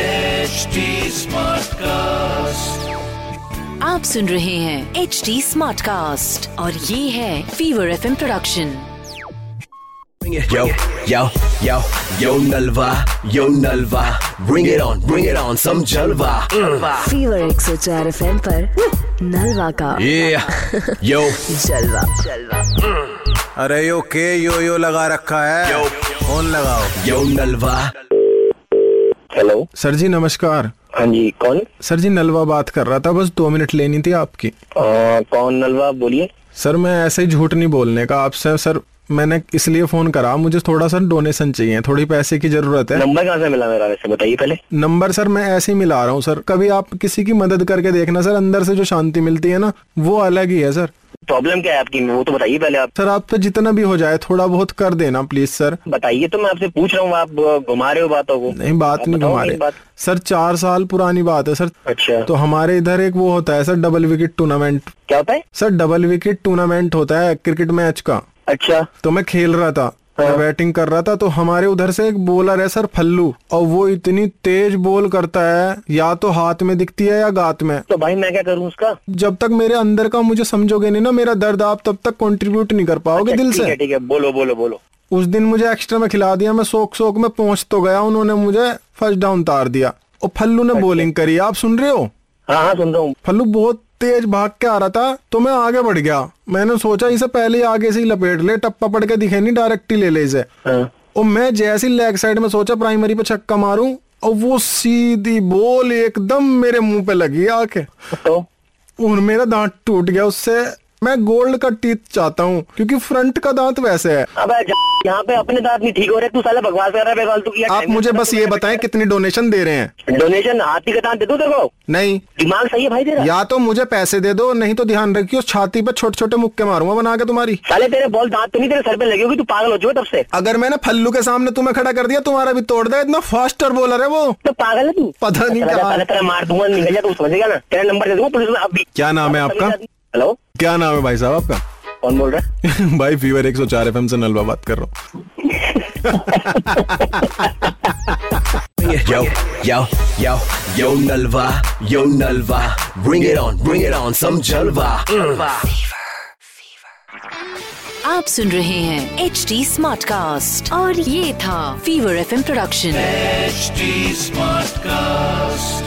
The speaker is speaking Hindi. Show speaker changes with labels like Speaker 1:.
Speaker 1: HD Smartcast.
Speaker 2: आप सुन रहे हैं एच डी स्मार्ट कास्ट और ये है fever F production
Speaker 3: Yo, yo, yo, yo Nalva, yo Nalva, bring it on, bring it on, some Jalva. Mm.
Speaker 2: Fever एक सौ चार एफ एम नलवा का
Speaker 3: Yeah, yo,
Speaker 2: जलवा जलवा
Speaker 4: अरे यो के यो यो लगा रखा है
Speaker 3: Yo.
Speaker 4: फोन लगाओ
Speaker 3: yo Nalva,
Speaker 5: hello
Speaker 4: sir ji नमस्कार
Speaker 5: हाँ जी कौन
Speaker 4: सर जी नलवा बात कर रहा था बस दो मिनट लेनी थी आपकी
Speaker 5: अ, कौन नलवा बोलिए
Speaker 4: सर मैं ऐसे ही झूठ नहीं बोलने का आपसे सर मैंने इसलिए फोन करा मुझे थोड़ा सर डोनेशन चाहिए थोड़ी पैसे की जरूरत है
Speaker 5: नंबर कहाँ से मिला मेरा वैसे बताइए पहले
Speaker 4: नंबर सर मैं ऐसे ही मिला रहा हूँ सर कभी आप किसी की मदद करके देखना सर अंदर से जो शांति मिलती है ना वो अलग ही है सर
Speaker 5: प्रॉब्लम क्या है आपकी वो तो बताइए पहले आप
Speaker 4: सर आप तो जितना भी हो जाए थोड़ा बहुत कर देना प्लीज सर
Speaker 5: बताइए तो मैं आपसे पूछ रहा हूँ आप अ, घुमा रहे हो बातों को
Speaker 4: नहीं बात
Speaker 5: आप
Speaker 4: नहीं
Speaker 5: बताओ
Speaker 4: घुमा
Speaker 5: एक
Speaker 4: रहे
Speaker 5: बात।
Speaker 4: सर चार साल पुरानी बात है सर
Speaker 5: अच्छा
Speaker 4: तो हमारे इधर एक वो होता है सर डबल विकेट टूर्नामेंट
Speaker 5: क्या होता है
Speaker 4: सर डबल विकेट टूर्नामेंट होता है क्रिकेट मैच का
Speaker 5: अच्छा
Speaker 4: तो मैं खेल रहा था
Speaker 5: हाँ।
Speaker 4: मैं बैटिंग कर रहा था तो हमारे उधर से एक बॉलर है सर फल्लू और वो इतनी तेज बॉल करता है या तो हाथ में दिखती है या गात में
Speaker 5: तो भाई मैं क्या करूँ उसका
Speaker 4: जब तक मेरे अंदर का मुझे समझोगे नहीं ना मेरा दर्द आप तब तक कंट्रीब्यूट नहीं कर पाओगे
Speaker 5: अच्छा,
Speaker 4: दिल
Speaker 5: ठीक है
Speaker 4: से
Speaker 5: ठीक है बोलो बोलो बोलो
Speaker 4: उस दिन मुझे एक्स्ट्रा में खिला दिया मैं सोख सोख में पहुंच तो गया उन्होंने मुझे फर्स्ट डाउन तार दिया और फल्लू ने
Speaker 5: अच्छा।
Speaker 4: बॉलिंग करी आप सुन रहे हो
Speaker 5: हाँ हाँ सुन रहा हूँ
Speaker 4: फल्लू बहुत तेज भाग के आ रहा था तो मैं आगे बढ़ गया मैंने सोचा इसे पहले ही आगे से ही लपेट ले टप्पा पड़ के दिखे नहीं डायरेक्ट ही ले ले इसे
Speaker 5: हाँ।
Speaker 4: और मैं जैसी लेग साइड में सोचा प्राइमरी पे छक्का मारूं और वो सीधी बॉल एकदम मेरे मुंह पे लगी आके
Speaker 5: तो
Speaker 4: और मेरा दांत टूट गया उससे मैं गोल्ड का टीथ चाहता हूँ क्योंकि फ्रंट का दांत वैसे है
Speaker 5: अब यहाँ पे अपने दांत नहीं ठीक हो रहे तू साला बकवास कर रहा है बेफालतू की
Speaker 4: आप मुझे बस ये बताएं कितनी डोनेशन दे रहे हैं
Speaker 5: डोनेशन हाथी का दांत दे दो तेरे को
Speaker 4: नहीं
Speaker 5: दिमाग सही है भाई तेरा
Speaker 4: या तो मुझे पैसे दे दो नहीं तो ध्यान रखियो छाती पे छोटे छोटे मुक्के मारूंगा बना के तुम्हारी
Speaker 5: साले तेरे बॉल दांत तो नहीं तेरे सर पे लगे होगी तू पागल हो चुका है तब से
Speaker 4: अगर मैंने फल्लू के सामने तुम्हें खड़ा कर दिया तुम्हारा भी तोड़ दे इतना फास्टर बॉलर है वो
Speaker 5: तो पागल है तू
Speaker 4: पता नहीं
Speaker 5: चला जा,
Speaker 4: कहाँ।
Speaker 5: पहले तेरा मार दूंगा निकल जा तू समझ गया ना तेरा नंबर दे दूंगा पुलिस में अभी
Speaker 4: क्या नाम है आपका?
Speaker 5: हेलो
Speaker 4: क्या नाम है भाई साहब आपका
Speaker 5: कौन बोल रहा है
Speaker 4: भाई फीवर 104 एफएम से नलवा बात कर रहा हूँ
Speaker 3: yo, yo, yo, yo Nalva, yo Nalva, bring it on, bring it on, some Jalva. Mm.
Speaker 2: आप सुन रहे हैं एच डी स्मार्ट कास्ट और ये था fever F production
Speaker 1: HD Smartcast.